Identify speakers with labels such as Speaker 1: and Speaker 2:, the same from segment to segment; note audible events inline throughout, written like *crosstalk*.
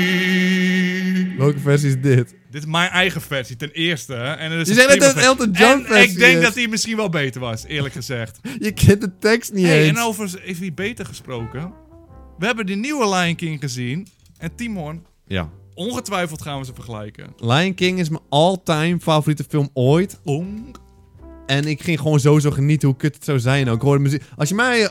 Speaker 1: Wannabe.
Speaker 2: Welke versie is dit?
Speaker 1: Dit is mijn eigen versie, ten eerste. hè. En het is
Speaker 2: Je
Speaker 1: een
Speaker 2: zei net dat
Speaker 1: prima
Speaker 2: het
Speaker 1: versie.
Speaker 2: Elton John
Speaker 1: En
Speaker 2: versie
Speaker 1: ik denk
Speaker 2: is.
Speaker 1: dat die misschien wel beter was, eerlijk gezegd.
Speaker 2: Je kent de tekst niet
Speaker 1: hey,
Speaker 2: eens.
Speaker 1: en nou- over is wie beter gesproken. We hebben de nieuwe Lion King gezien. En Timon,
Speaker 2: Ja.
Speaker 1: ongetwijfeld gaan we ze vergelijken.
Speaker 2: Lion King is mijn all-time favoriete film ooit.
Speaker 1: Ong.
Speaker 2: En ik ging gewoon sowieso genieten hoe kut het zou zijn ook. Ik hoorde muziek. Als je mij eh,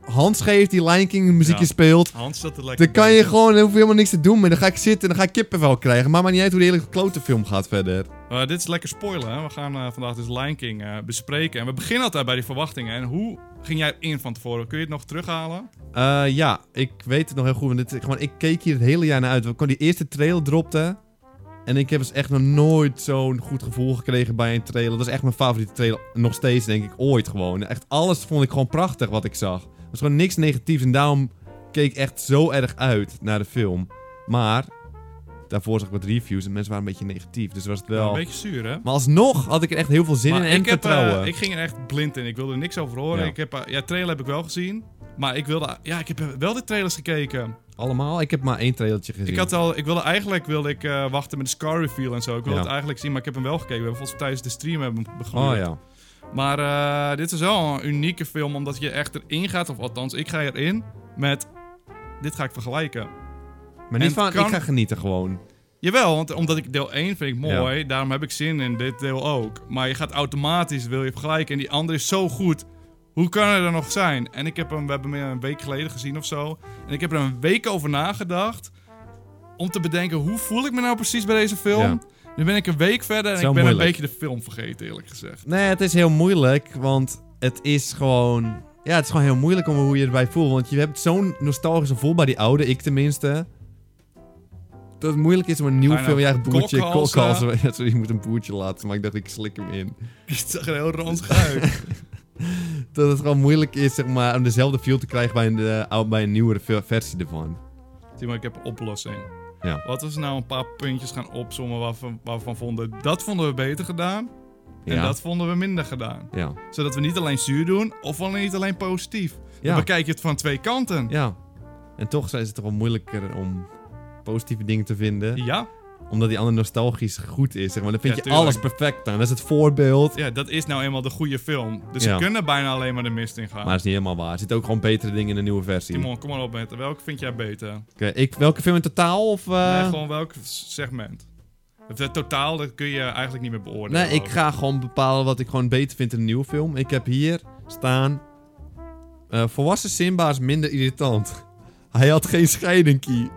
Speaker 2: Hans geeft die Lion King muziekje
Speaker 1: Ja.
Speaker 2: speelt...
Speaker 1: Hans zat er lekker
Speaker 2: Dan kan
Speaker 1: bij.
Speaker 2: je gewoon, dan hoef je helemaal niks te doen. Maar dan ga ik zitten en dan ga ik kippenvel krijgen. Maar maakt niet uit hoe de hele klote film gaat verder.
Speaker 1: Eh, dit is lekker spoilen. Hè? We gaan eh, vandaag dus Lion King eh, bespreken. En we beginnen altijd bij die verwachtingen. En hoe ging jij in van tevoren? Kun je het nog terughalen?
Speaker 2: Eh, ja, ik weet het nog heel goed. Want dit, is gewoon, ik keek hier het hele jaar naar uit. Want die eerste trailer dropte. En ik heb dus echt nog nooit zo'n goed gevoel gekregen bij een trailer. Dat is echt mijn favoriete trailer. Nog steeds, denk ik, ooit gewoon. Echt alles vond ik gewoon prachtig wat ik zag. Er was gewoon niks negatiefs. En daarom keek ik echt zo erg uit naar de film. Maar daarvoor zag ik wat reviews. En mensen waren een beetje negatief. Dus was het wel...
Speaker 1: Nou, Een beetje zuur, hè?
Speaker 2: Maar alsnog had ik er echt heel veel zin
Speaker 1: Maar
Speaker 2: in en
Speaker 1: ik, heb, eh,
Speaker 2: vertrouwen.
Speaker 1: ik ging er echt blind in. Ik wilde er niks over horen.
Speaker 2: Ja.
Speaker 1: Ik heb, eh, ja, trailer heb ik wel gezien. Maar ik wilde... Ja, ik heb eh, wel de trailers gekeken.
Speaker 2: Allemaal? Ik heb maar één trailertje gezien.
Speaker 1: Ik had al... Ik wilde eigenlijk... Wilde ik eh, wachten met de Scar reveal en zo. Ik wilde
Speaker 2: Ja.
Speaker 1: het eigenlijk zien, maar ik heb hem wel gekeken. We hebben volgens mij tijdens de stream hebben we hem begonnen.
Speaker 2: Oh ja.
Speaker 1: Maar eh, dit is wel een unieke film, omdat je echt erin gaat. Of althans, ik ga erin met... Dit ga ik vergelijken.
Speaker 2: Maar niet
Speaker 1: En
Speaker 2: van,
Speaker 1: kan-
Speaker 2: ik ga genieten gewoon.
Speaker 1: Jawel, want omdat ik deel 1 vind ik mooi, daarom heb ik zin in dit deel ook. Maar je gaat automatisch, wil je vergelijken, en die andere is zo goed. Hoe kan er er nog zijn? En ik heb hem, we hebben hem een week geleden gezien of zo. En ik heb er een week over nagedacht. Om te bedenken, hoe voel ik me nou precies bij deze film?
Speaker 2: Ja.
Speaker 1: Nu ben ik een week verder en
Speaker 2: Zo
Speaker 1: ik ben een
Speaker 2: moeilijk.
Speaker 1: beetje de film vergeten, eerlijk gezegd. *laughs*
Speaker 2: Nee, het is heel moeilijk, want het is gewoon... Ja, het is gewoon heel moeilijk om hoe je erbij voelt. Want je hebt zo'n nostalgisch gevoel bij die oude, ik tenminste. Dat het moeilijk is om een nieuwe
Speaker 1: Ga je
Speaker 2: film...
Speaker 1: nou
Speaker 2: Ja, een boertje,
Speaker 1: kokhalzen?
Speaker 2: kokhalzen. *laughs* Ja, sorry, ik moet een boertje laten, maar ik dacht ik slik hem in.
Speaker 1: Het zag er heel ranzig
Speaker 2: *laughs*
Speaker 1: uit.
Speaker 2: Dat het gewoon moeilijk is, zeg maar, om dezelfde feel te krijgen bij een, eh, oude- bij een nieuwere ve- versie ervan.
Speaker 1: Timo, ik heb een oplossing.
Speaker 2: Ja.
Speaker 1: Wat als we nou een paar puntjes gaan opzommen waarvan, waarvan vonden... Dat vonden we beter gedaan en
Speaker 2: ja.
Speaker 1: dat vonden we minder gedaan.
Speaker 2: Ja.
Speaker 1: Zodat we niet alleen zuur doen, of alleen niet alleen positief.
Speaker 2: Ja.
Speaker 1: Dan bekijk je het van twee kanten.
Speaker 2: Ja. En toch zijn ze toch wel moeilijker om positieve dingen te vinden.
Speaker 1: Ja,
Speaker 2: Omdat die ander nostalgisch goed is, zeg maar. Dan vind
Speaker 1: Ja,
Speaker 2: je
Speaker 1: tuurlijk.
Speaker 2: alles perfect aan. Dat is het voorbeeld.
Speaker 1: ja, dat is nou eenmaal de goede film. Dus
Speaker 2: Ja.
Speaker 1: ze kunnen bijna alleen maar de mist in gaan.
Speaker 2: Maar dat is niet helemaal waar. Er zitten ook gewoon betere dingen in de nieuwe versie.
Speaker 1: Timon, kom maar op met welke vind jij beter?
Speaker 2: Oké, ik, welke film in totaal? Of, eh,
Speaker 1: Nee, gewoon welk segment? Het totaal, dat kun je eigenlijk niet meer beoordelen.
Speaker 2: nee, ik ga gewoon bepalen wat ik gewoon beter vind in de nieuwe film. Ik heb hier staan... eh, volwassen Simba is minder irritant. *laughs* Hij had geen
Speaker 1: *laughs*
Speaker 2: scheidingkie.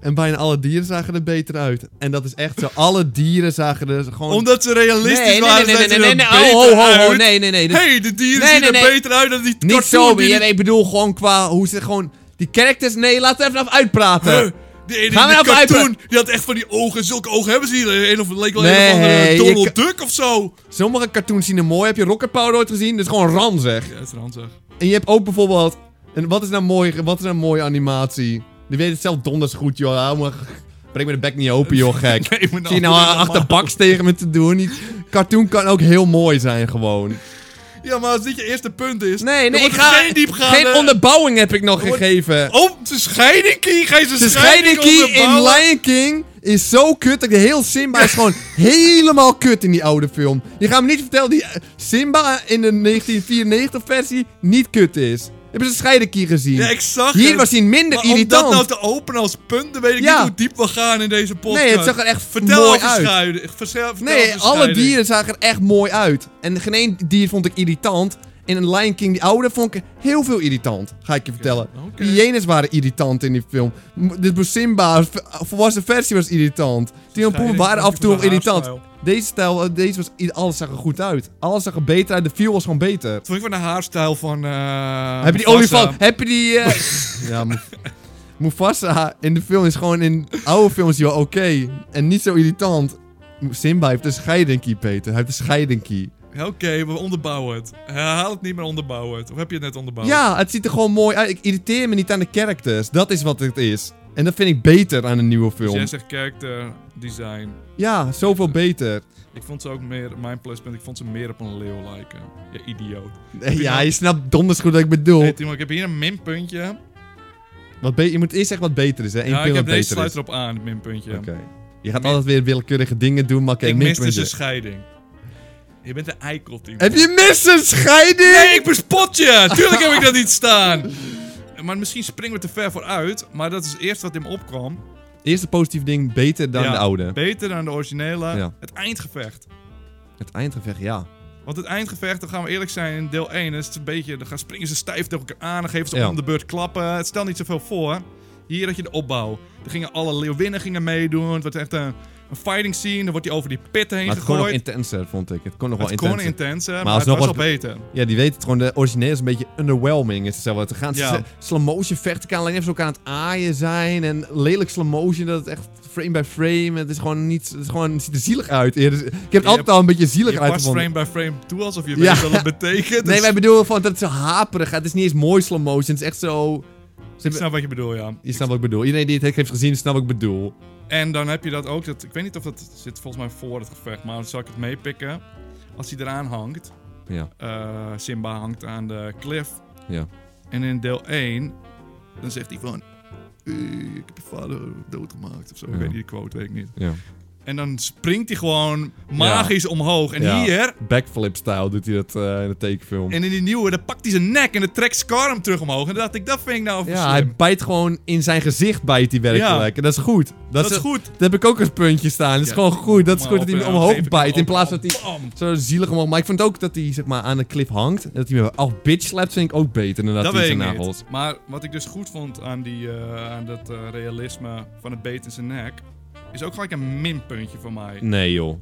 Speaker 2: en bijna alle dieren zagen er beter uit. En dat is echt zo. Alle dieren zagen er gewoon...
Speaker 1: Omdat ze realistisch
Speaker 2: nee, nee,
Speaker 1: waren,
Speaker 2: nee, nee,
Speaker 1: zijn
Speaker 2: nee,
Speaker 1: ze
Speaker 2: nee,
Speaker 1: er
Speaker 2: nee,
Speaker 1: beter
Speaker 2: oh, ho, ho, ho,
Speaker 1: uit.
Speaker 2: nee, nee, nee. dat-
Speaker 1: hey, de dieren
Speaker 2: Nee,
Speaker 1: zien
Speaker 2: nee,
Speaker 1: er
Speaker 2: nee.
Speaker 1: beter uit dan die
Speaker 2: niet
Speaker 1: cartoon
Speaker 2: zo, maar
Speaker 1: die-
Speaker 2: ja, nee, ik bedoel gewoon qua hoe ze gewoon... Die characters, nee, laat het even af uitpraten.
Speaker 1: Huh? Eh, Die ene
Speaker 2: Eh. Gaan
Speaker 1: in
Speaker 2: we
Speaker 1: de
Speaker 2: nou
Speaker 1: cartoon,
Speaker 2: pijpen?
Speaker 1: die had echt van die ogen. Zulke ogen hebben ze hier. Een of, leek wel
Speaker 2: Nee,
Speaker 1: een of andere
Speaker 2: je
Speaker 1: Donald
Speaker 2: kan-
Speaker 1: Duck of zo.
Speaker 2: Sommige cartoons zien er mooi. Heb je Rocket Power ooit gezien? Dat is gewoon ranzig.
Speaker 1: Ja, het is ranzig.
Speaker 2: En je hebt ook bijvoorbeeld... En wat is nou mooi, wat is nou een mooie animatie? Die weet het zelf donders goed, joh. Hou me- Breng me de bek niet open, joh, *laughs* gek.
Speaker 1: Nee, maar
Speaker 2: Zie je nou
Speaker 1: normaal.
Speaker 2: achter baks tegen me te doen? Die cartoon kan ook heel mooi zijn, gewoon.
Speaker 1: Ja, maar als dit je eerste punt is.
Speaker 2: Nee,
Speaker 1: dan
Speaker 2: nee, ik
Speaker 1: wordt er
Speaker 2: ga...
Speaker 1: Geen diepgaande.
Speaker 2: Geen onderbouwing heb ik nog
Speaker 1: wordt-
Speaker 2: gegeven.
Speaker 1: Om te scheiding kie. Ga je ze
Speaker 2: De
Speaker 1: scheiding
Speaker 2: scheidingkie in
Speaker 1: onderbouwen?
Speaker 2: Lion King is zo kut. Dat de heel Simba is
Speaker 1: *laughs*
Speaker 2: gewoon helemaal kut in die oude film. Je gaat me niet vertellen die eh, Simba in de 1994-versie niet kut is. Hebben ze de scheidingkie gezien?
Speaker 1: Ja, ik zag
Speaker 2: Hier
Speaker 1: het.
Speaker 2: was hij minder
Speaker 1: maar
Speaker 2: irritant.
Speaker 1: om dat nou te openen als punt, dan weet ik
Speaker 2: Ja.
Speaker 1: niet hoe diep we gaan in deze podcast.
Speaker 2: Nee, het zag er echt
Speaker 1: Vertel
Speaker 2: mooi
Speaker 1: over
Speaker 2: uit.
Speaker 1: scheiden. Vertel, vertel
Speaker 2: Nee,
Speaker 1: over
Speaker 2: alle
Speaker 1: scheiding.
Speaker 2: dieren zagen er echt mooi uit. En geen één dier vond ik irritant. En in Lion King, die oude, vond ik heel veel irritant. Ga ik je vertellen.
Speaker 1: oké.
Speaker 2: Die Hyenas waren irritant in die film. M- Dit was Simba, v- volwassen versie was irritant. Timon en Pumba
Speaker 1: Scheiding,
Speaker 2: waren af en toe nog
Speaker 1: dankjewel
Speaker 2: irritant.
Speaker 1: voor haar haarstijl.
Speaker 2: Deze stijl, eh, deze was, i- alles zag er goed uit. Alles zag er beter uit. De feel was gewoon beter.
Speaker 1: Wat vond je van de haarstijl van. eh,
Speaker 2: heb je die
Speaker 1: Mufasa?
Speaker 2: olifant? Heb je die... eh,
Speaker 1: *laughs*
Speaker 2: ja, Muf- Mufasa in de film is gewoon in oude films die wel oké. En niet zo irritant. Simba heeft een scheidingkie, Peter. Hij heeft een scheidingkie.
Speaker 1: Ja, Oké, we onderbouwen het. Herhaal het niet, maar onderbouwen het. Of heb je het net onderbouwd?
Speaker 2: Ja, het ziet er gewoon mooi uit. Ik irriteer me niet aan de characters. Dat is wat het is. En dat vind ik beter aan een nieuwe
Speaker 1: Dus
Speaker 2: film.
Speaker 1: jij zegt character design.
Speaker 2: Ja, zoveel beter.
Speaker 1: Ik vond ze ook meer, mijn pluspunt, ik vond ze meer op een leeuw lijken. Ja, idioot.
Speaker 2: Ja, je snapt donders goed wat ik bedoel.
Speaker 1: Hey Timo, ik heb hier een minpuntje.
Speaker 2: Wat be- je moet eerst zeggen wat beter is, hè? Eén
Speaker 1: Ja, ik
Speaker 2: pil wat
Speaker 1: heb deze
Speaker 2: beter
Speaker 1: sluit
Speaker 2: is.
Speaker 1: erop aan, het minpuntje.
Speaker 2: Oké. Je gaat altijd weer willekeurige dingen doen, maar oké,
Speaker 1: ik
Speaker 2: minpuntje.
Speaker 1: miste zijn scheiding. Je bent een eikel, Timo.
Speaker 2: Heb je mist een scheiding?
Speaker 1: Nee, ik bespot je! Tuurlijk heb ik dat niet staan! *laughs* Maar misschien springen we te ver vooruit, maar dat is het eerste wat in me opkwam.
Speaker 2: Eerste positief ding, beter dan
Speaker 1: Ja,
Speaker 2: de oude.
Speaker 1: Beter dan de originele.
Speaker 2: Ja.
Speaker 1: Het eindgevecht.
Speaker 2: Het eindgevecht, ja.
Speaker 1: Want het eindgevecht, dan gaan we eerlijk zijn, in deel 1 is het een beetje... Dan gaan springen ze stijf tegen elkaar aan, dan geven ze
Speaker 2: Ja.
Speaker 1: om de beurt klappen. Het stelt niet zoveel voor. Hier had je de opbouw. Er gingen alle leeuwinnen gingen meedoen. Het werd echt een, een fighting scene. Dan wordt hij over die pitten heen
Speaker 2: Maar het kon nog
Speaker 1: gegooid.
Speaker 2: intenser, vond ik. Het kon nog wel
Speaker 1: het kon
Speaker 2: intenser.
Speaker 1: intenser, maar, het
Speaker 2: alsnog
Speaker 1: was al
Speaker 2: was
Speaker 1: beter.
Speaker 2: ja, die weten het gewoon. De origineel is een beetje underwhelming. Is het zo wat. Er gaan
Speaker 1: Ja.
Speaker 2: ze slow motion vechten. Kan alleen even zo elkaar aan het aaien zijn. En lelijk slow motion. Dat het echt frame by frame. Het is gewoon niet... Het, is gewoon, het ziet er zielig uit. Ja, dus ik heb het
Speaker 1: Je-
Speaker 2: altijd al een beetje zielig
Speaker 1: Je past
Speaker 2: uitgevonden.
Speaker 1: frame by frame toe, alsof je
Speaker 2: Ja.
Speaker 1: weet wat het betekent.
Speaker 2: *laughs* Nee,
Speaker 1: Dus
Speaker 2: wij bedoelen van dat het zo haperig gaat. Het is niet eens mooi slow motion. Het is echt zo...
Speaker 1: Ik snap wat je bedoelt, ja.
Speaker 2: Je snapt wat ik bedoel. Iedereen die het heeft gezien, snapt wat ik bedoel.
Speaker 1: En dan heb je dat ook. Dat, ik weet niet of dat zit volgens mij voor het gevecht, maar dan zal ik het meepikken. Als hij eraan hangt.
Speaker 2: Ja,
Speaker 1: eh, Simba hangt aan de cliff.
Speaker 2: ja.
Speaker 1: En in deel 1, dan zegt hij van... "Eh, Ik heb je vader doodgemaakt of zo.
Speaker 2: Ja.
Speaker 1: Ik weet niet de quote, weet ik niet.
Speaker 2: ja.
Speaker 1: En dan springt hij gewoon magisch omhoog. En
Speaker 2: Ja.
Speaker 1: hier,
Speaker 2: Backflip-style doet hij dat eh, in de tekenfilm.
Speaker 1: en in die nieuwe, dan pakt hij zijn nek en dan trekt Scar hem terug omhoog. En dan dacht ik, dat vind ik nou
Speaker 2: Ja,
Speaker 1: slim.
Speaker 2: hij bijt gewoon in zijn gezicht bijt hij werkelijk. En dat is goed. Dat,
Speaker 1: Dat is goed.
Speaker 2: Dat heb ik ook als puntje staan. Dat is
Speaker 1: Ja.
Speaker 2: gewoon goed. Dat is
Speaker 1: Maar
Speaker 2: goed dat hij
Speaker 1: op-
Speaker 2: hem
Speaker 1: ja, geef
Speaker 2: omhoog
Speaker 1: ik
Speaker 2: bijt.
Speaker 1: hem
Speaker 2: In plaats van
Speaker 1: op- eh.
Speaker 2: dat hij
Speaker 1: bam.
Speaker 2: zo zielig omhoog... Maar ik vind ook dat hij zeg maar, aan de cliff hangt. En dat hij hem af bitch slapt vind ik ook beter dan dat,
Speaker 1: Dat
Speaker 2: hij
Speaker 1: weet
Speaker 2: zijn
Speaker 1: ik
Speaker 2: nagels...
Speaker 1: niet. Maar wat ik dus goed vond aan, die, eh, aan dat eh, realisme van het beet in zijn nek... is ook gelijk een minpuntje voor mij.
Speaker 2: Nee joh.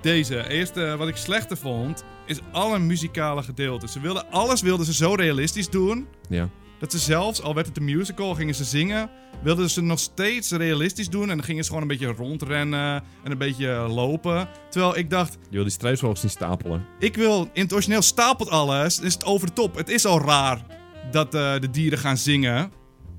Speaker 1: Deze. Eerste, wat ik slechter vond, is alle muzikale gedeelten. Ze wilden, alles wilden ze zo realistisch doen...
Speaker 2: Ja.
Speaker 1: dat ze zelfs, al werd het een musical, gingen ze zingen... wilden ze nog steeds realistisch doen... en dan gingen ze gewoon een beetje rondrennen en een beetje lopen. Terwijl ik dacht,
Speaker 2: Joh, die struis wel eens zien stapelen.
Speaker 1: ik wil... in het origineel stapelt alles, is het over de top. Het is al raar dat eh, de dieren gaan zingen...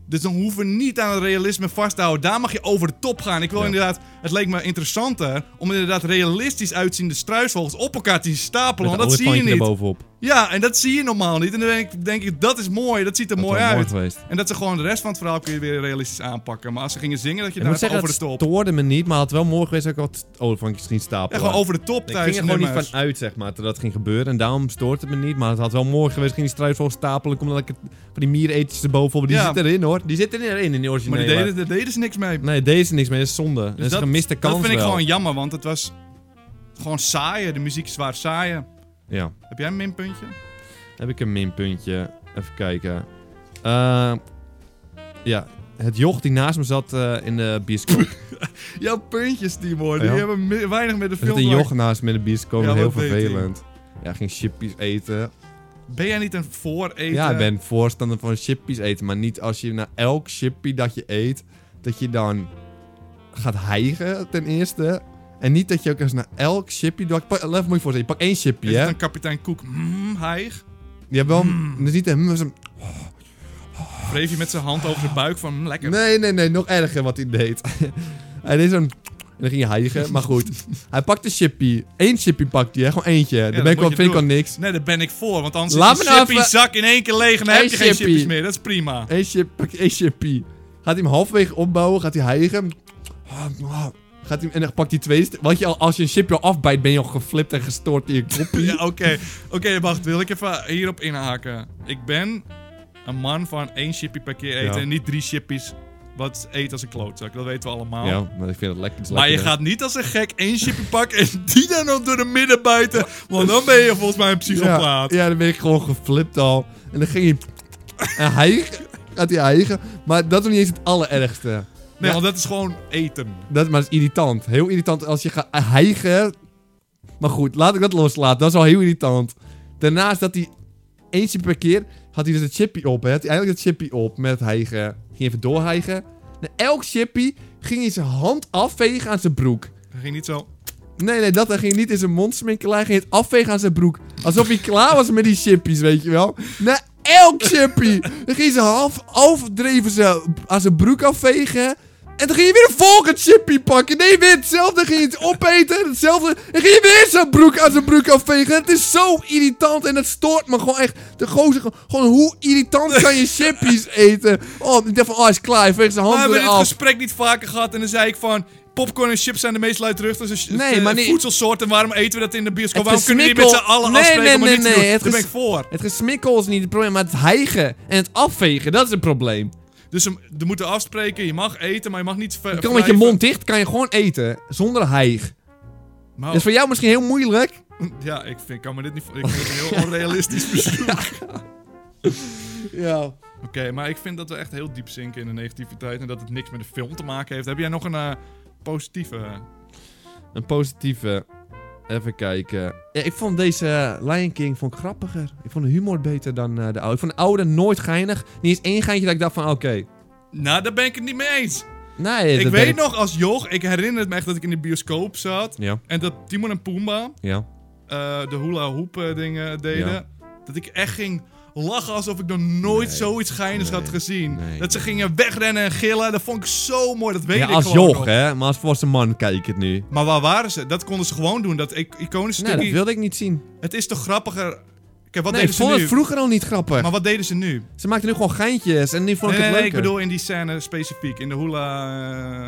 Speaker 1: Dus dan hoeven we niet aan het realisme vast te houden. Daar mag je over de top gaan. Ik wil
Speaker 2: Ja.
Speaker 1: inderdaad... Het leek me interessanter om inderdaad realistisch uitziende struisvogels op elkaar te zien stapelen. Want dat zie je niet.
Speaker 2: bovenop.
Speaker 1: Ja, en dat zie je normaal niet. En dan denk ik, denk ik dat is mooi. Dat ziet er mooi uit.
Speaker 2: geweest.
Speaker 1: En dat ze gewoon de rest van het verhaal kun je weer realistisch aanpakken. Maar als ze gingen zingen, dat je
Speaker 2: Ik
Speaker 1: daar
Speaker 2: moet zeggen,
Speaker 1: over
Speaker 2: dat
Speaker 1: de top.
Speaker 2: stoorde me niet, maar het had wel mooi geweest dat ik wat olifantjes ging
Speaker 1: Ja,
Speaker 2: stapelen.
Speaker 1: gewoon over de top
Speaker 2: Ik ging
Speaker 1: tijdens
Speaker 2: er gewoon niet
Speaker 1: nummers.
Speaker 2: van uit, zeg maar, dat dat ging gebeuren. En daarom stoort het me niet. Maar het had wel mooi geweest. Ging die struisvogel stapelen. Kom dan lekker van die mieretjes erbovenop. Die
Speaker 1: Ja.
Speaker 2: zit erin, hoor. Die zit erin, in die
Speaker 1: Maar
Speaker 2: originele.
Speaker 1: die deden, daar deden ze niks mee.
Speaker 2: Nee, deze is niks meer. Dat is zonde. Dus dat is een gemiste kans
Speaker 1: Dus Dat vind ik
Speaker 2: wel.
Speaker 1: gewoon jammer, want het was gewoon saaien. De muziek is zwaar saaien.
Speaker 2: Ja.
Speaker 1: Heb jij een minpuntje?
Speaker 2: Heb ik een minpuntje. Even kijken. Eh, ja. Het joch die naast me zat eh, in de bioscoop. er
Speaker 1: Jouw puntjes, Timo.
Speaker 2: die Ja.
Speaker 1: hebben weinig met de
Speaker 2: zat een joch naast me in de bioscoop.
Speaker 1: Ja,
Speaker 2: heel
Speaker 1: wat deed hij?
Speaker 2: vervelend. Ja, ging chippies eten.
Speaker 1: Ben jij niet een vooreten?
Speaker 2: Ja, ik ben voorstander van chippies eten. Maar niet als je na elk chippie dat je eet, dat je dan gaat hijgen ten eerste. En niet dat je ook eens na elk chippie... Pak, pak, let- moet je voorstellen, je pakt één
Speaker 1: Is
Speaker 2: chippie,
Speaker 1: het Hmm.
Speaker 2: hè?
Speaker 1: een kapitein Koek? Mm, hijg.
Speaker 2: Je hebt wel... Dat is niet een... dat is een-
Speaker 1: Wreef je met zijn hand over zijn buik van mm, lekker.
Speaker 2: Nee, nee, nee. Nog erger wat hij deed. *laughs* hij deed zo'n... En dan ging hij hijgen. Maar goed.
Speaker 1: *laughs*
Speaker 2: hij pakte een chippie. Eén chippie pakt hij, hè? Gewoon eentje. Daar
Speaker 1: dat
Speaker 2: ben ik
Speaker 1: moet
Speaker 2: al,
Speaker 1: je
Speaker 2: vind ik al
Speaker 1: doen.
Speaker 2: niks.
Speaker 1: Nee, daar ben ik voor, want anders
Speaker 2: Laat
Speaker 1: is
Speaker 2: me nou
Speaker 1: die
Speaker 2: even-
Speaker 1: zak in één keer leeg en dan
Speaker 2: Hey,
Speaker 1: heb je geen
Speaker 2: chippie.
Speaker 1: chippies meer. Dat is prima.
Speaker 2: Eén chip, pak één chippie. Gaat hij hem halfweg opbouwen, gaat hij hijgen. Gaat hij, en dan pakt hij twee. st- Want je, al- als je een chipje al afbijt, ben je al geflipt en gestoord in je koppie.
Speaker 1: *laughs* Ja, oké. Oké, wacht. Wil ik even hierop inhaken. Ik ben een man van één chippie per keer eten
Speaker 2: Ja.
Speaker 1: en niet drie chippies. Wat eet als een klootzak, dat weten we allemaal.
Speaker 2: Ja, maar ik vind het lekker. het is
Speaker 1: Maar je
Speaker 2: lekker, hè.
Speaker 1: gaat niet als een gek één chippie pakken en *laughs* die dan nog door de midden bijten. Want dan ben je volgens mij een psychopaat.
Speaker 2: Ja, ja, dan ben ik gewoon geflipt al. En dan ging hij. en hij gaat hij hijgen. Maar dat is nog niet eens het allerergste.
Speaker 1: Nee,
Speaker 2: Ja.
Speaker 1: want dat is gewoon eten.
Speaker 2: Dat, maar dat is irritant. Heel irritant als je gaat hijgen. Maar goed, laat ik dat loslaten. Dat is al heel irritant. Daarnaast dat hij eentje per keer had hij dus het chippy op. Hè? Had hij eigenlijk het chippy op met het hijgen. Ging even doorhijgen. Na elk chippy ging hij zijn hand afvegen aan zijn broek.
Speaker 1: Dat ging niet zo.
Speaker 2: Nee, nee, dat hij ging niet in zijn mond sminkelen. Hij ging het afvegen aan zijn broek. Alsof hij klaar was met die chippies, weet je wel. Na elk chippie. Dan ging ze half afdreven ze aan zijn broek afvegen. En dan ging je weer een volgend chippy pakken. Nee, weer hetzelfde. ging je het opeten. Hetzelfde. En ging je weer zijn broek aan zijn broek afvegen. Het is zo irritant en dat stoort me gewoon echt. De gozer, gewoon- gewoon hoe irritant kan je
Speaker 1: *laughs*
Speaker 2: chippies eten? Oh, ik dacht van, oh, hij is klaar. Hij veegt zijn
Speaker 1: We hebben
Speaker 2: handen
Speaker 1: dit
Speaker 2: af.
Speaker 1: gesprek niet vaker gehad en dan zei ik van... Popcorn en chips zijn de meest luidruchtige
Speaker 2: Nee,
Speaker 1: eh,
Speaker 2: maar niet-
Speaker 1: voedselsoorten. Waarom eten we dat in de bioscoop?
Speaker 2: Het
Speaker 1: Waarom kunnen we niet met z'n
Speaker 2: gesmikkel-
Speaker 1: allen
Speaker 2: Nee,
Speaker 1: afspreken
Speaker 2: nee,
Speaker 1: om
Speaker 2: nee,
Speaker 1: het niet te
Speaker 2: nee,
Speaker 1: doen?
Speaker 2: het
Speaker 1: Daar ben
Speaker 2: ges-
Speaker 1: ik voor.
Speaker 2: Het gesmikkel is niet het probleem, maar het hijgen en het afvegen, dat is het probleem.
Speaker 1: Dus hem- we moeten afspreken. Je mag eten, maar je mag niet... ver-
Speaker 2: Je kan met je
Speaker 1: wrijven.
Speaker 2: mond dicht, kan je gewoon eten, zonder hijg.
Speaker 1: Maar-
Speaker 2: Dat is voor jou misschien heel moeilijk.
Speaker 1: Ja, ik vind, kan me dit niet... voor- Ik vind het een heel onrealistisch
Speaker 2: *laughs*
Speaker 1: bezoek.
Speaker 2: Ja.
Speaker 1: Oké, maar ik vind dat we echt heel diep zinken in de negativiteit... en dat het niks met de film te maken heeft. Heb jij nog een eh, positieve... eh?
Speaker 2: Een positieve. Even kijken. Ja, ik vond deze Lion King vond ik grappiger. Ik vond de humor beter dan eh, de oude. Ik vond de oude nooit geinig. Niet eens één geintje dat ik dacht van oké.
Speaker 1: Nou, daar ben ik het niet mee eens.
Speaker 2: Nee,
Speaker 1: ik weet
Speaker 2: dat ben ik-
Speaker 1: nog als joch, ik herinner het me echt dat ik in de bioscoop zat...
Speaker 2: Ja,
Speaker 1: en dat Timon en Pumbaa...
Speaker 2: ja.
Speaker 1: eh, de hula hoop eh, dingen deden.
Speaker 2: Ja.
Speaker 1: Dat ik echt ging lachen alsof ik nog nooit
Speaker 2: Nee.
Speaker 1: zoiets geinigs
Speaker 2: Nee.
Speaker 1: had gezien.
Speaker 2: Nee.
Speaker 1: Dat ze gingen wegrennen en gillen. Dat vond ik zo mooi. Dat weet
Speaker 2: ja
Speaker 1: ik
Speaker 2: als
Speaker 1: gewoon
Speaker 2: joch
Speaker 1: nog.
Speaker 2: hè. Maar als volwassen man kijk ik het nu.
Speaker 1: Maar waar waren ze? Dat konden ze gewoon doen. Dat ik- iconische
Speaker 2: Nee, dat
Speaker 1: stukje.
Speaker 2: wilde ik niet zien.
Speaker 1: Het is toch grappiger. Kijk, wat
Speaker 2: nee, ik
Speaker 1: deden ze
Speaker 2: vond
Speaker 1: nu?
Speaker 2: het vroeger al niet grappig.
Speaker 1: Maar wat deden ze nu?
Speaker 2: Ze maakten nu gewoon geintjes en nu vond ik
Speaker 1: nee,
Speaker 2: het
Speaker 1: nee,
Speaker 2: leuker.
Speaker 1: ik bedoel in die scène specifiek. In de hula.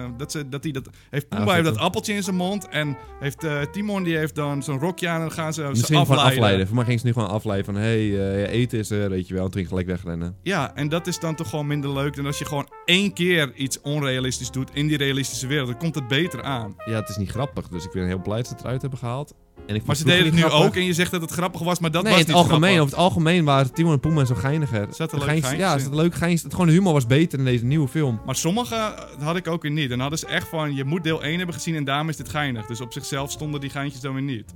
Speaker 1: eh, dat ze, dat die, dat, heeft Pumba
Speaker 2: Ah,
Speaker 1: heeft
Speaker 2: vet,
Speaker 1: dat appeltje in zijn mond. En heeft, eh, Timon die heeft dan zo'n rokje aan. En dan gaan ze, ze
Speaker 2: Misschien
Speaker 1: afleiden.
Speaker 2: gewoon afleiden. Voor mij ging ze nu gewoon afleiden van... Hé, hey, eh, eten is er, weet je wel. En toen ging ik gelijk wegrennen.
Speaker 1: Ja, en dat is dan toch gewoon minder leuk dan als je gewoon één keer iets onrealistisch doet in die realistische wereld. Dan komt het beter aan.
Speaker 2: Ja, het is niet grappig. Dus ik ben heel blij dat ze het eruit hebben gehaald. En
Speaker 1: Maar
Speaker 2: ik vond
Speaker 1: ze
Speaker 2: vroeger
Speaker 1: deden het nu
Speaker 2: niet grappig.
Speaker 1: ook en je zegt dat het grappig was, maar dat
Speaker 2: nee,
Speaker 1: was
Speaker 2: in het
Speaker 1: niet
Speaker 2: algemeen.
Speaker 1: grappig.
Speaker 2: Over het algemeen waren Timon en Puma zo geiniger.
Speaker 1: zat een leuk
Speaker 2: Geins-
Speaker 1: geintje
Speaker 2: Ja,
Speaker 1: in.
Speaker 2: zat een leuk geins. Het, gewoon de humor was beter in deze nieuwe film.
Speaker 1: Maar sommige eh, had ik ook weer niet. En hadden ze echt van, je moet deel 1 hebben gezien en daarom is dit geinig. Dus op zichzelf stonden die geintjes dan weer niet.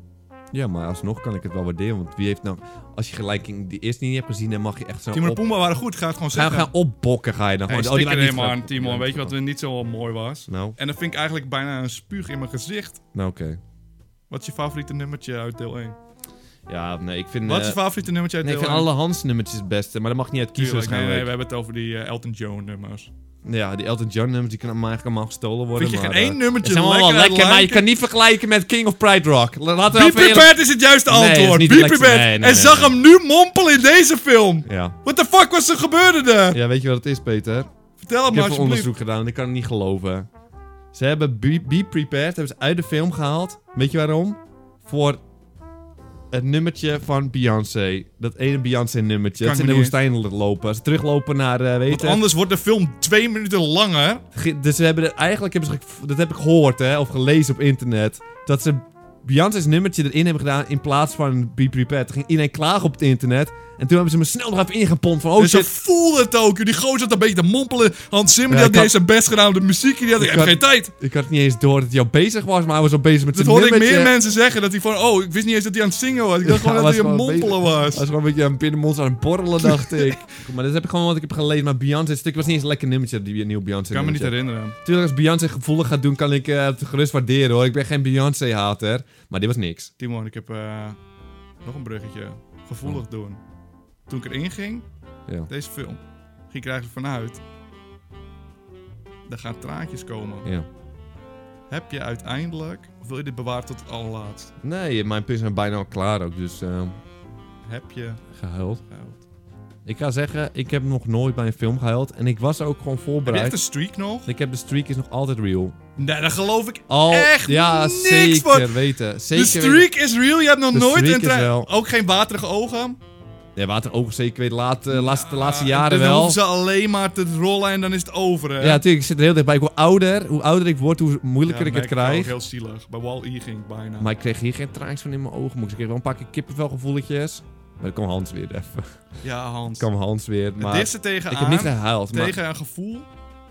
Speaker 2: Ja, maar alsnog kan ik het wel waarderen. Want wie heeft nou... Als je gelijk in die eerste niet hebt gezien, dan mag je echt zo...
Speaker 1: Timon en
Speaker 2: op-
Speaker 1: Pumba waren goed, ga het gewoon
Speaker 2: Ga je
Speaker 1: zeggen.
Speaker 2: gaan opbokken, ga je dan
Speaker 1: Hey,
Speaker 2: gewoon.
Speaker 1: stik er
Speaker 2: waren niet
Speaker 1: helemaal aan,
Speaker 2: grappig.
Speaker 1: Timon.
Speaker 2: Ja,
Speaker 1: Weet je wat er niet zo mooi was?
Speaker 2: Nou,
Speaker 1: En dan vind ik eigenlijk bijna een spuug in mijn gezicht.
Speaker 2: nou oké.
Speaker 1: Wat is je favoriete nummertje uit deel 1?
Speaker 2: Ja, nee, ik vind...
Speaker 1: Wat is
Speaker 2: eh,
Speaker 1: je favoriete nummertje uit
Speaker 2: Nee, ik
Speaker 1: deel
Speaker 2: vind
Speaker 1: 1?
Speaker 2: alle Hans nummertjes het beste, maar dat mag niet uit kiezen
Speaker 1: Tuurlijk, nee, nee, we
Speaker 2: waarschijnlijk.
Speaker 1: hebben het over die eh, Elton John nummers.
Speaker 2: Ja, die Elton John nummers, die kunnen maar eigenlijk allemaal gestolen worden.
Speaker 1: Vind je
Speaker 2: maar,
Speaker 1: geen
Speaker 2: eh,
Speaker 1: één nummertje
Speaker 2: ze zijn allemaal
Speaker 1: lekker
Speaker 2: wel
Speaker 1: uit
Speaker 2: lekker, maar je
Speaker 1: Lion
Speaker 2: kan niet vergelijken met King of Pride Rock. La- Laten we
Speaker 1: Be
Speaker 2: even eerlijk-
Speaker 1: prepared is het juiste
Speaker 2: eh, Nee, dat is
Speaker 1: antwoord.
Speaker 2: niet
Speaker 1: Be
Speaker 2: de lekkerste-
Speaker 1: prepared.
Speaker 2: nee,
Speaker 1: en
Speaker 2: nee, nee,
Speaker 1: zag
Speaker 2: nee.
Speaker 1: hem nu mompelen in deze film.
Speaker 2: Ja.
Speaker 1: What the fuck was er gebeurde er?
Speaker 2: ja, weet je wat het is, Peter?
Speaker 1: Vertel het
Speaker 2: Ik
Speaker 1: me
Speaker 2: heb een
Speaker 1: alsjeblieft.
Speaker 2: onderzoek gedaan en ik kan het niet geloven. Ze hebben Be, Be Prepared hebben ze uit de film gehaald. Weet je waarom? Voor het nummertje van Beyoncé. Dat ene Beyoncé nummertje.
Speaker 1: Kan
Speaker 2: Dat
Speaker 1: ik
Speaker 2: ze
Speaker 1: me
Speaker 2: in de
Speaker 1: niet
Speaker 2: woestijn lopen. Als Ze teruglopen naar, eh, weet
Speaker 1: Want
Speaker 2: je...
Speaker 1: anders wordt de film twee minuten langer.
Speaker 2: Ge- Dus ze hebben er- eigenlijk hebben ze, ge- dat heb ik gehoord hè, of gelezen op internet, dat ze Beyoncé's nummertje erin hebben gedaan in plaats van Be Prepared. Toen ging iedereen klagen op het internet en toen hebben ze me snel nog even ingepompt van, oh
Speaker 1: dus
Speaker 2: shit,
Speaker 1: je voelde het ook. joh. Die gozer zat een beetje te mompelen. Hans Zimmer
Speaker 2: Ja,
Speaker 1: die
Speaker 2: ik
Speaker 1: had niet eens
Speaker 2: had-
Speaker 1: zijn best gedaan. op De muziek die had ik
Speaker 2: Ik
Speaker 1: heb
Speaker 2: had-
Speaker 1: geen tijd.
Speaker 2: ik had niet eens door dat hij al bezig was, maar hij was al bezig
Speaker 1: Dat
Speaker 2: met zijn
Speaker 1: hoorde ik
Speaker 2: nummertje.
Speaker 1: meer mensen zeggen. Dat hij van, oh, ik wist niet eens dat hij aan het zingen was. Ik dacht
Speaker 2: Ja,
Speaker 1: gewoon dat
Speaker 2: was
Speaker 1: hij aan het
Speaker 2: gewoon
Speaker 1: mompelen
Speaker 2: bezig.
Speaker 1: was.
Speaker 2: Hij was gewoon een beetje aan binnenmonds aan het borrelen, dacht
Speaker 1: *laughs*
Speaker 2: ik. Maar dat heb ik gewoon wat ik heb gelezen, maar Beyoncé, het stuk was niet eens een lekker nummertje, die nieuwe Beyoncé
Speaker 1: Ik kan me niet
Speaker 2: nummertje.
Speaker 1: herinneren.
Speaker 2: Tuurlijk, als Beyoncé gevoelig gaat doen, kan ik eh, het gerust waarderen hoor. Ik ben geen Beyoncé-hater, maar dit was niks.
Speaker 1: Timon, ik heb eh, nog een bruggetje. Gevoelig doen. Toen ik erin ging,
Speaker 2: Ja.
Speaker 1: deze film, ging ik er eigenlijk vanuit. Er gaan traantjes komen.
Speaker 2: Ja.
Speaker 1: Heb je uiteindelijk, of wil je dit bewaren tot het allerlaatst?
Speaker 2: Nee, mijn pins zijn bijna al klaar ook, dus ehm
Speaker 1: Heb je eh,
Speaker 2: gehuild.
Speaker 1: gehuild?
Speaker 2: Ik ga zeggen, ik heb nog nooit bij een film gehuild. En ik was ook gewoon
Speaker 1: Heb je
Speaker 2: voorbereid.
Speaker 1: echt een streak nog?
Speaker 2: Ik heb de streak is nog altijd real.
Speaker 1: Nee, dat geloof ik
Speaker 2: Al,
Speaker 1: echt
Speaker 2: ja,
Speaker 1: niks
Speaker 2: zeker
Speaker 1: van.
Speaker 2: weten. Zeker
Speaker 1: De streak is real, je hebt nog
Speaker 2: De
Speaker 1: nooit
Speaker 2: streak
Speaker 1: een
Speaker 2: is
Speaker 1: tra-
Speaker 2: wel-
Speaker 1: Ook geen waterige ogen.
Speaker 2: weten. Ja, water ogen zeker weten. Laat, eh, laatste, de laatste
Speaker 1: Ah,
Speaker 2: jaren
Speaker 1: Dan
Speaker 2: wel.
Speaker 1: hoeven ze alleen maar te rollen en dan is het over. Hè?
Speaker 2: Ja, natuurlijk. Ik zit er heel dichtbij. Ik word ouder. Hoe ouder ik word, hoe
Speaker 1: Ja,
Speaker 2: moeilijker ik
Speaker 1: nee,
Speaker 2: het
Speaker 1: vond ook
Speaker 2: krijg.
Speaker 1: heel zielig. Bij Wall-E ging ik bijna.
Speaker 2: Maar ik kreeg hier geen traantjes van in mijn ogen. moest Ik kreeg wel een paar keer kippenvelgevoeletjes. Maar dan kwam Hans weer even. *laughs*
Speaker 1: Ja, Hans.
Speaker 2: Dan kwam Hans weer. Maar
Speaker 1: het dichtste tegen
Speaker 2: ik
Speaker 1: aan,
Speaker 2: heb niet gehuild. maar-
Speaker 1: tegen een gevoel,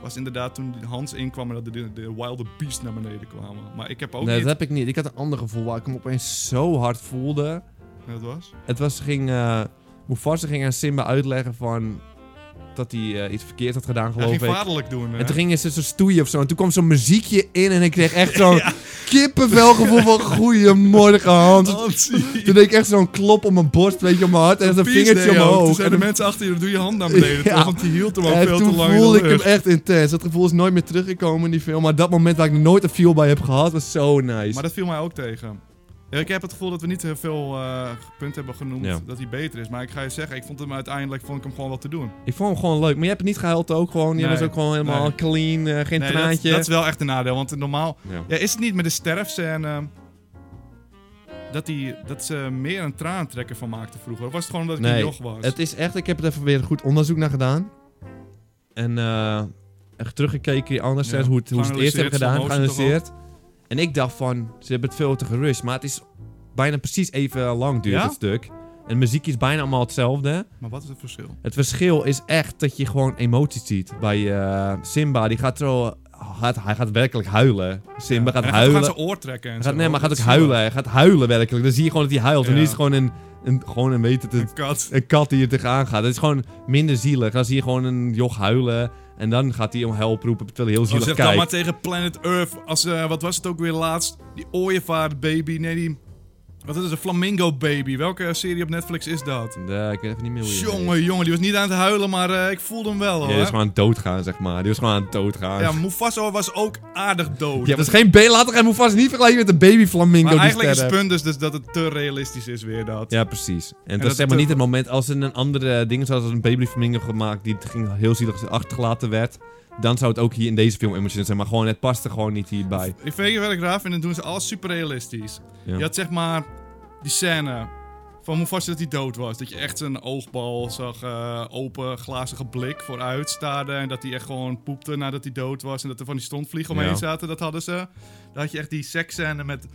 Speaker 1: was inderdaad toen Hans inkwam en dat de, de, de Wilde Beast naar beneden kwamen. Maar ik heb ook
Speaker 2: nee,
Speaker 1: niet...
Speaker 2: dat heb ik niet. Ik had een ander gevoel waar ik hem opeens zo hard voelde.
Speaker 1: Dat was?
Speaker 2: Het was, ging, eh Mufasa ging aan Simba uitleggen van... dat hij eh, iets verkeerd had gedaan,
Speaker 1: Hij
Speaker 2: geloof
Speaker 1: ging
Speaker 2: ik.
Speaker 1: vaderlijk doen. hè?
Speaker 2: En toen gingen ze zo stoeien of zo. En toen kwam zo'n muziekje in en ik kreeg
Speaker 1: *laughs*
Speaker 2: echt zo'n kippenvelgevoel van goeiemorgen Hans. *laughs*
Speaker 1: Hans,
Speaker 2: Toen deed ik echt zo'n klop op mijn borst, weet je, op mijn hart en zo'n
Speaker 1: Pies
Speaker 2: vingertje
Speaker 1: deed ook. Toen
Speaker 2: omhoog.
Speaker 1: zeiden
Speaker 2: En
Speaker 1: de mensen achter je, doe je hand naar beneden.
Speaker 2: *laughs* Ja.
Speaker 1: terug, Want die hield hem ook
Speaker 2: en
Speaker 1: veel te
Speaker 2: toen
Speaker 1: lang
Speaker 2: voelde
Speaker 1: in
Speaker 2: ik
Speaker 1: de
Speaker 2: hem
Speaker 1: lucht.
Speaker 2: echt intens. Dat gevoel is nooit meer teruggekomen in die film. Maar dat moment waar ik nooit een feel bij heb gehad, was zo nice.
Speaker 1: Maar dat viel mij ook tegen. Ja, Ik heb het gevoel dat we niet heel veel eh, punten hebben genoemd
Speaker 2: Ja.
Speaker 1: dat hij beter is. Maar ik ga je zeggen, ik vond hem uiteindelijk vond ik hem gewoon wel te doen.
Speaker 2: Ik vond hem gewoon leuk. Maar je hebt het niet gehuild ook gewoon. Je
Speaker 1: Nee,
Speaker 2: was ook gewoon helemaal
Speaker 1: nee.
Speaker 2: clean, eh, geen
Speaker 1: Nee, dat,
Speaker 2: traantje.
Speaker 1: dat is wel echt een nadeel. Want normaal
Speaker 2: Ja.
Speaker 1: ja, is het niet met de sterfscène ehm, dat, die, dat ze meer een traantrekker van maakten vroeger. Of was het gewoon omdat ik
Speaker 2: Nee,
Speaker 1: een joch was?
Speaker 2: Het is echt, ik heb er even weer goed onderzoek naar gedaan. En eh echt teruggekeken anders
Speaker 1: Ja,
Speaker 2: hoe, het, hoe ze het eerst
Speaker 1: geanalyseerd,
Speaker 2: hebben gedaan,
Speaker 1: zo'n hoofdstuk
Speaker 2: geanalyseerd. En ik dacht van, ze hebben het veel te gerust. Maar het is bijna precies even lang duurt
Speaker 1: Ja?
Speaker 2: het stuk. En de muziek is bijna allemaal hetzelfde.
Speaker 1: Maar wat is het verschil?
Speaker 2: Het verschil is echt dat je gewoon emoties ziet. Bij eh, Simba, die gaat zo... gaat- hij gaat werkelijk huilen. Simba
Speaker 1: En
Speaker 2: gaat
Speaker 1: hij
Speaker 2: huilen.
Speaker 1: gaat zijn oor trekken en
Speaker 2: Hij gaat,
Speaker 1: zo. Oh,
Speaker 2: nee, maar hij gaat
Speaker 1: Dat
Speaker 2: ook
Speaker 1: is zielig.
Speaker 2: huilen. Hij gaat huilen werkelijk. Dan zie je gewoon dat hij huilt. En
Speaker 1: Ja.
Speaker 2: nu is het gewoon een, een, gewoon een, weet het, een,
Speaker 1: Een kat. Oh,
Speaker 2: een kat die er tegenaan gaat. Dat is gewoon minder zielig. Dan zie je gewoon een joch huilen. En dan gaat hij om help roepen terwijl hij heel
Speaker 1: Oh,
Speaker 2: zielig
Speaker 1: zeg dan
Speaker 2: kijkt.
Speaker 1: maar tegen Planet Earth. Als, eh, wat was het ook weer laatst? Die ooievaarbaby. Nee, die... Wat is het? Een flamingo baby. Welke serie op Netflix is dat?
Speaker 2: Nee, ik weet even niet meer hoe je
Speaker 1: Jongen, jongen. Die was niet aan het huilen, maar eh, ik voelde hem wel,
Speaker 2: Ja,
Speaker 1: hoor.
Speaker 2: die is gewoon aan het doodgaan, zeg maar. Die is gewoon aan het doodgaan.
Speaker 1: Ja,
Speaker 2: Ja,
Speaker 1: Mufasa was ook aardig dood.
Speaker 2: dat is geen baby. Laat toch even vast niet vergelijken met een baby flamingo
Speaker 1: maar
Speaker 2: die
Speaker 1: eigenlijk is het
Speaker 2: sterft.
Speaker 1: punt dus, dus dat het te realistisch is weer dat.
Speaker 2: Ja, precies. En, dat
Speaker 1: dat
Speaker 2: is zeg maar
Speaker 1: het,
Speaker 2: niet
Speaker 1: eh,
Speaker 2: het moment als er een andere ding zoals een baby flamingo gemaakt die ging heel zielig achtergelaten werd. Dan zou het ook hier in deze film emotioneel zijn. Maar gewoon, het past er gewoon niet hierbij.
Speaker 1: Ik vind het wel raar vind, dan doen ze alles super realistisch.
Speaker 2: Ja.
Speaker 1: Je had zeg maar die scène van Mufasa dat hij dood was. Dat je echt zijn oogbal zag, eh, open glazige blik vooruit staarde. En dat hij echt gewoon poepte nadat hij dood was. En dat er van die stondvliegen omheen
Speaker 2: Ja.
Speaker 1: zaten, dat hadden ze. Dan had je echt die seksscène met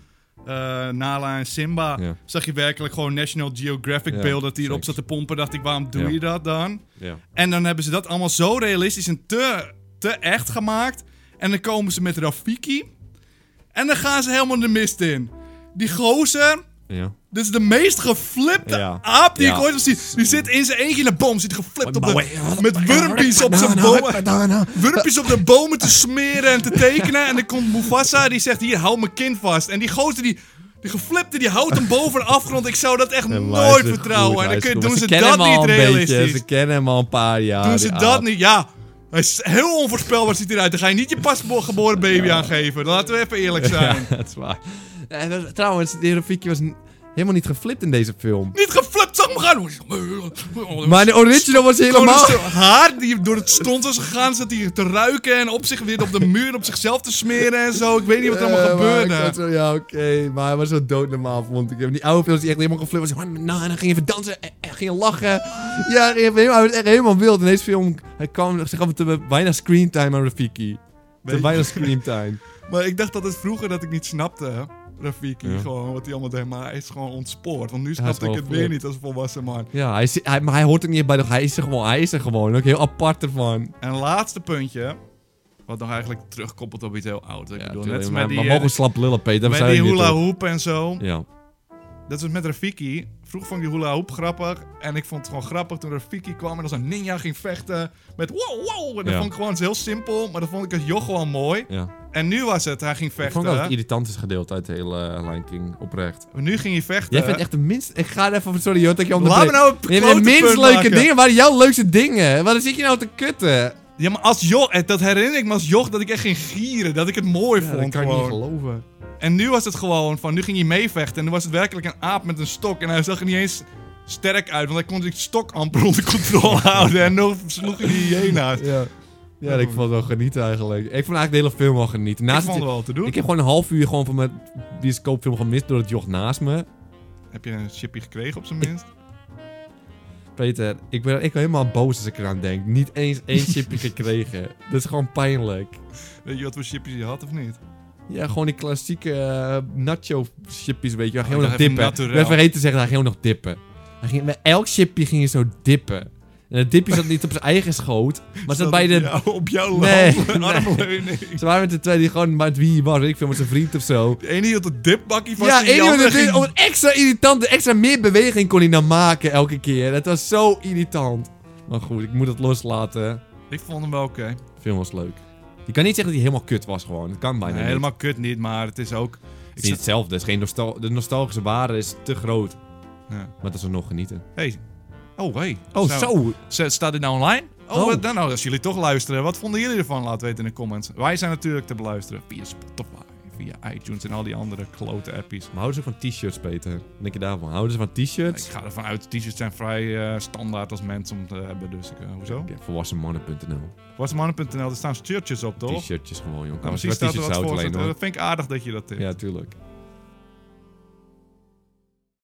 Speaker 1: eh, Nala en Simba.
Speaker 2: Ja.
Speaker 1: Zag je werkelijk gewoon National Geographic
Speaker 2: Ja,
Speaker 1: beeld dat hij erop
Speaker 2: seks.
Speaker 1: zat te pompen. Dacht ik, waarom doe
Speaker 2: Ja.
Speaker 1: je dat dan?
Speaker 2: Ja.
Speaker 1: En dan hebben ze dat allemaal zo realistisch en te, te echt gemaakt. En dan komen ze met Rafiki. En dan gaan ze helemaal de mist in. Die gozer,
Speaker 2: ja.
Speaker 1: dit is de meest geflipte
Speaker 2: Ja.
Speaker 1: aap die
Speaker 2: Ja.
Speaker 1: ik ooit heb gezien. Die zit in zijn eentje in een boom, zit geflipt op de,
Speaker 2: Wat-
Speaker 1: met wurmpjes op zijn bomen. Wurmpjes op de bomen te smeren en te tekenen. En dan komt Mufasa, die zegt, hier, hou mijn kind vast. En die gozer, die, die geflipte, die houdt hem boven de afgrond. Ik zou dat echt nooit vertrouwen. en dan kun- doen ze, dat niet realistisch.
Speaker 2: Ze kennen hem al een paar jaar.
Speaker 1: Doen ze
Speaker 2: die
Speaker 1: dat
Speaker 2: aap.
Speaker 1: niet? Ja. Hij is heel onvoorspelbaar ziet hij eruit. Dan ga je niet je pasgeboren baby aangeven. Dan laten we even eerlijk zijn.
Speaker 2: *laughs* Ja, dat is waar. Eh, dat- Trouwens, de Rafiki was n- helemaal niet geflipt in deze film.
Speaker 1: Niet geflipt, zag hem gaan.
Speaker 2: Maar de original was helemaal...
Speaker 1: Gewoon een stuk haar die door het stond was gegaan, zat hij te ruiken en op zich weer
Speaker 2: *laughs*
Speaker 1: op de muur op zichzelf te smeren en zo. Ik weet niet wat er allemaal
Speaker 2: Eh, maar ik
Speaker 1: gebeurde.
Speaker 2: had zo, ja, oké. maar hij was zo doodnormaal, vond ik. hem. Die oude films die echt helemaal geflipt was. Nou, en dan ging je even dansen. En, en ging je lachen. Ja, hij ging helemaal- hij was echt helemaal wild. In deze film hij kwam, ze gaf hem te weinig screentime aan Rafiki. Te
Speaker 1: je-
Speaker 2: weinig screentime.
Speaker 1: Maar ik dacht dat het vroeger dat ik niet snapte, Rafiki,
Speaker 2: Ja.
Speaker 1: gewoon wat hij allemaal deed. Maar hij is gewoon ontspoord. Want nu
Speaker 2: hij is
Speaker 1: snapte ik
Speaker 2: wel
Speaker 1: het weer
Speaker 2: geflipt.
Speaker 1: niet als volwassen man.
Speaker 2: Ja, hij, is- hij, maar hij hoort er niet bij. de- Hij is er gewoon. Hij is er gewoon. Ook heel apart ervan.
Speaker 1: En laatste puntje, wat nog eigenlijk terugkoppelt op iets heel oud. Ik bedoel, net als
Speaker 2: maar,
Speaker 1: met die,
Speaker 2: maar
Speaker 1: eh,
Speaker 2: mogen we slap lullen, Peter. Daar
Speaker 1: met
Speaker 2: zijn
Speaker 1: die
Speaker 2: we hier
Speaker 1: hula
Speaker 2: toch.
Speaker 1: hoop en zo.
Speaker 2: Ja.
Speaker 1: Dat was met Rafiki. Vroeger vond ik die hula hoop grappig. En ik vond het gewoon grappig toen Rafiki kwam en als een ninja ging vechten. Met wow, wow. En dat
Speaker 2: Ja.
Speaker 1: vond ik gewoon heel simpel. Maar dat vond ik het joch wel mooi.
Speaker 2: ja.
Speaker 1: En nu was het, hij ging
Speaker 2: Ik vond dat het
Speaker 1: vechten.
Speaker 2: irritantste gedeelte uit de hele uh, Lion King. Oprecht.
Speaker 1: Nu ging hij vechten.
Speaker 2: Jij vindt echt de minst... Ik ga er even... Sorry, joh, dat ik je
Speaker 1: Laat me
Speaker 2: onderbreek.
Speaker 1: nou een
Speaker 2: Nee, de
Speaker 1: klote
Speaker 2: minst
Speaker 1: punt
Speaker 2: leuke
Speaker 1: maken.
Speaker 2: dingen waren jouw leukste dingen. Wat zit je nou te kutten?
Speaker 1: Ja, maar als joch, eh, dat herinner ik me als joch dat ik echt ging gieren. Dat ik het mooi
Speaker 2: Ja,
Speaker 1: vond gewoon.
Speaker 2: geloven.
Speaker 1: En nu was het gewoon van, nu ging hij meevechten. En nu was het werkelijk een aap met een stok. En hij zag er niet eens sterk uit, want hij kon die stok amper *laughs* onder controle houden. En nog sloeg hij die hyena's.
Speaker 2: *laughs* Ja. ja, ik vond het wel genieten eigenlijk. Ik vond eigenlijk de hele film wel genieten.
Speaker 1: Ik
Speaker 2: Naast
Speaker 1: vond het wel te doen.
Speaker 2: ik heb gewoon een half uur gewoon van mijn bioscoopfilm gemist door het joch naast me.
Speaker 1: Heb je een chipje gekregen op zijn minst?
Speaker 2: Peter, ik ben, ik ben helemaal boos als ik eraan denk. Niet eens één chipje
Speaker 1: *laughs*
Speaker 2: gekregen. Dat is gewoon pijnlijk.
Speaker 1: Weet je wat voor chipjes je had of niet?
Speaker 2: Ja, gewoon die klassieke eh, nacho chipjes, weet je. Hij
Speaker 1: Oh,
Speaker 2: ging ook
Speaker 1: ik
Speaker 2: nog
Speaker 1: dacht even
Speaker 2: dippen. Ik
Speaker 1: naturel.
Speaker 2: ben vergeten te zeggen, hij ging ook nog dippen. Hij ging, met elk chipje ging je zo dippen. En het dipje zat niet op zijn eigen schoot, maar zat
Speaker 1: Zat
Speaker 2: bij
Speaker 1: op
Speaker 2: de...
Speaker 1: jou- op jouw
Speaker 2: Nee,
Speaker 1: nee,
Speaker 2: *laughs* nee.
Speaker 1: armleuning.
Speaker 2: Ze waren met de twee die gewoon met wie hij was, weet ik veel, met zijn vriend of
Speaker 1: *laughs*
Speaker 2: zo.
Speaker 1: De ene hield het dipbakje vast.
Speaker 2: Ja,
Speaker 1: en die
Speaker 2: één
Speaker 1: andere
Speaker 2: minuut
Speaker 1: ging-
Speaker 2: ging... om een extra irritant, extra meer beweging kon hij dan maken elke keer. Dat was zo irritant. Maar goed, ik moet het loslaten.
Speaker 1: Ik vond hem wel oké.
Speaker 2: De film was leuk. Je kan niet zeggen dat hij helemaal kut was gewoon. Dat kan bijna
Speaker 1: Nee,
Speaker 2: niet.
Speaker 1: helemaal kut niet, maar het is ook...
Speaker 2: Het is niet hetzelfde. Het is geen nostal- de nostalgische waarde is te groot.
Speaker 1: Ja.
Speaker 2: Maar dat is er nog genieten.
Speaker 1: Hey. Oh, hey.
Speaker 2: Oh,
Speaker 1: Zijn we-
Speaker 2: zo!
Speaker 1: Z- Staat dit nou online? Oh,
Speaker 2: Oh.
Speaker 1: wat dan nou, als jullie toch luisteren, wat vonden jullie ervan? Laat weten in de comments. Wij zijn natuurlijk te beluisteren via Spotify, via iTunes en al die andere klote appies.
Speaker 2: Maar houden ze van t-shirts, Peter? Wat Denk je daarvan? Houden ze van
Speaker 1: Ik
Speaker 2: t-shirts?
Speaker 1: ga ervan uit, t-shirts zijn vrij eh, standaard als mensen om te hebben, dus ik, eh, hoezo?
Speaker 2: Ja, volwassenmannen.nl.
Speaker 1: Wasmannen.nl, er staan shirtjes op, toch?
Speaker 2: T-shirtjes gewoon, joh.
Speaker 1: Nou,
Speaker 2: Kan
Speaker 1: misschien
Speaker 2: ze
Speaker 1: staat er
Speaker 2: t-shirts
Speaker 1: wat
Speaker 2: houden
Speaker 1: voor.
Speaker 2: alleen,
Speaker 1: Dat
Speaker 2: hoor.
Speaker 1: vind ik aardig dat je dat tipt.
Speaker 2: Ja, tuurlijk.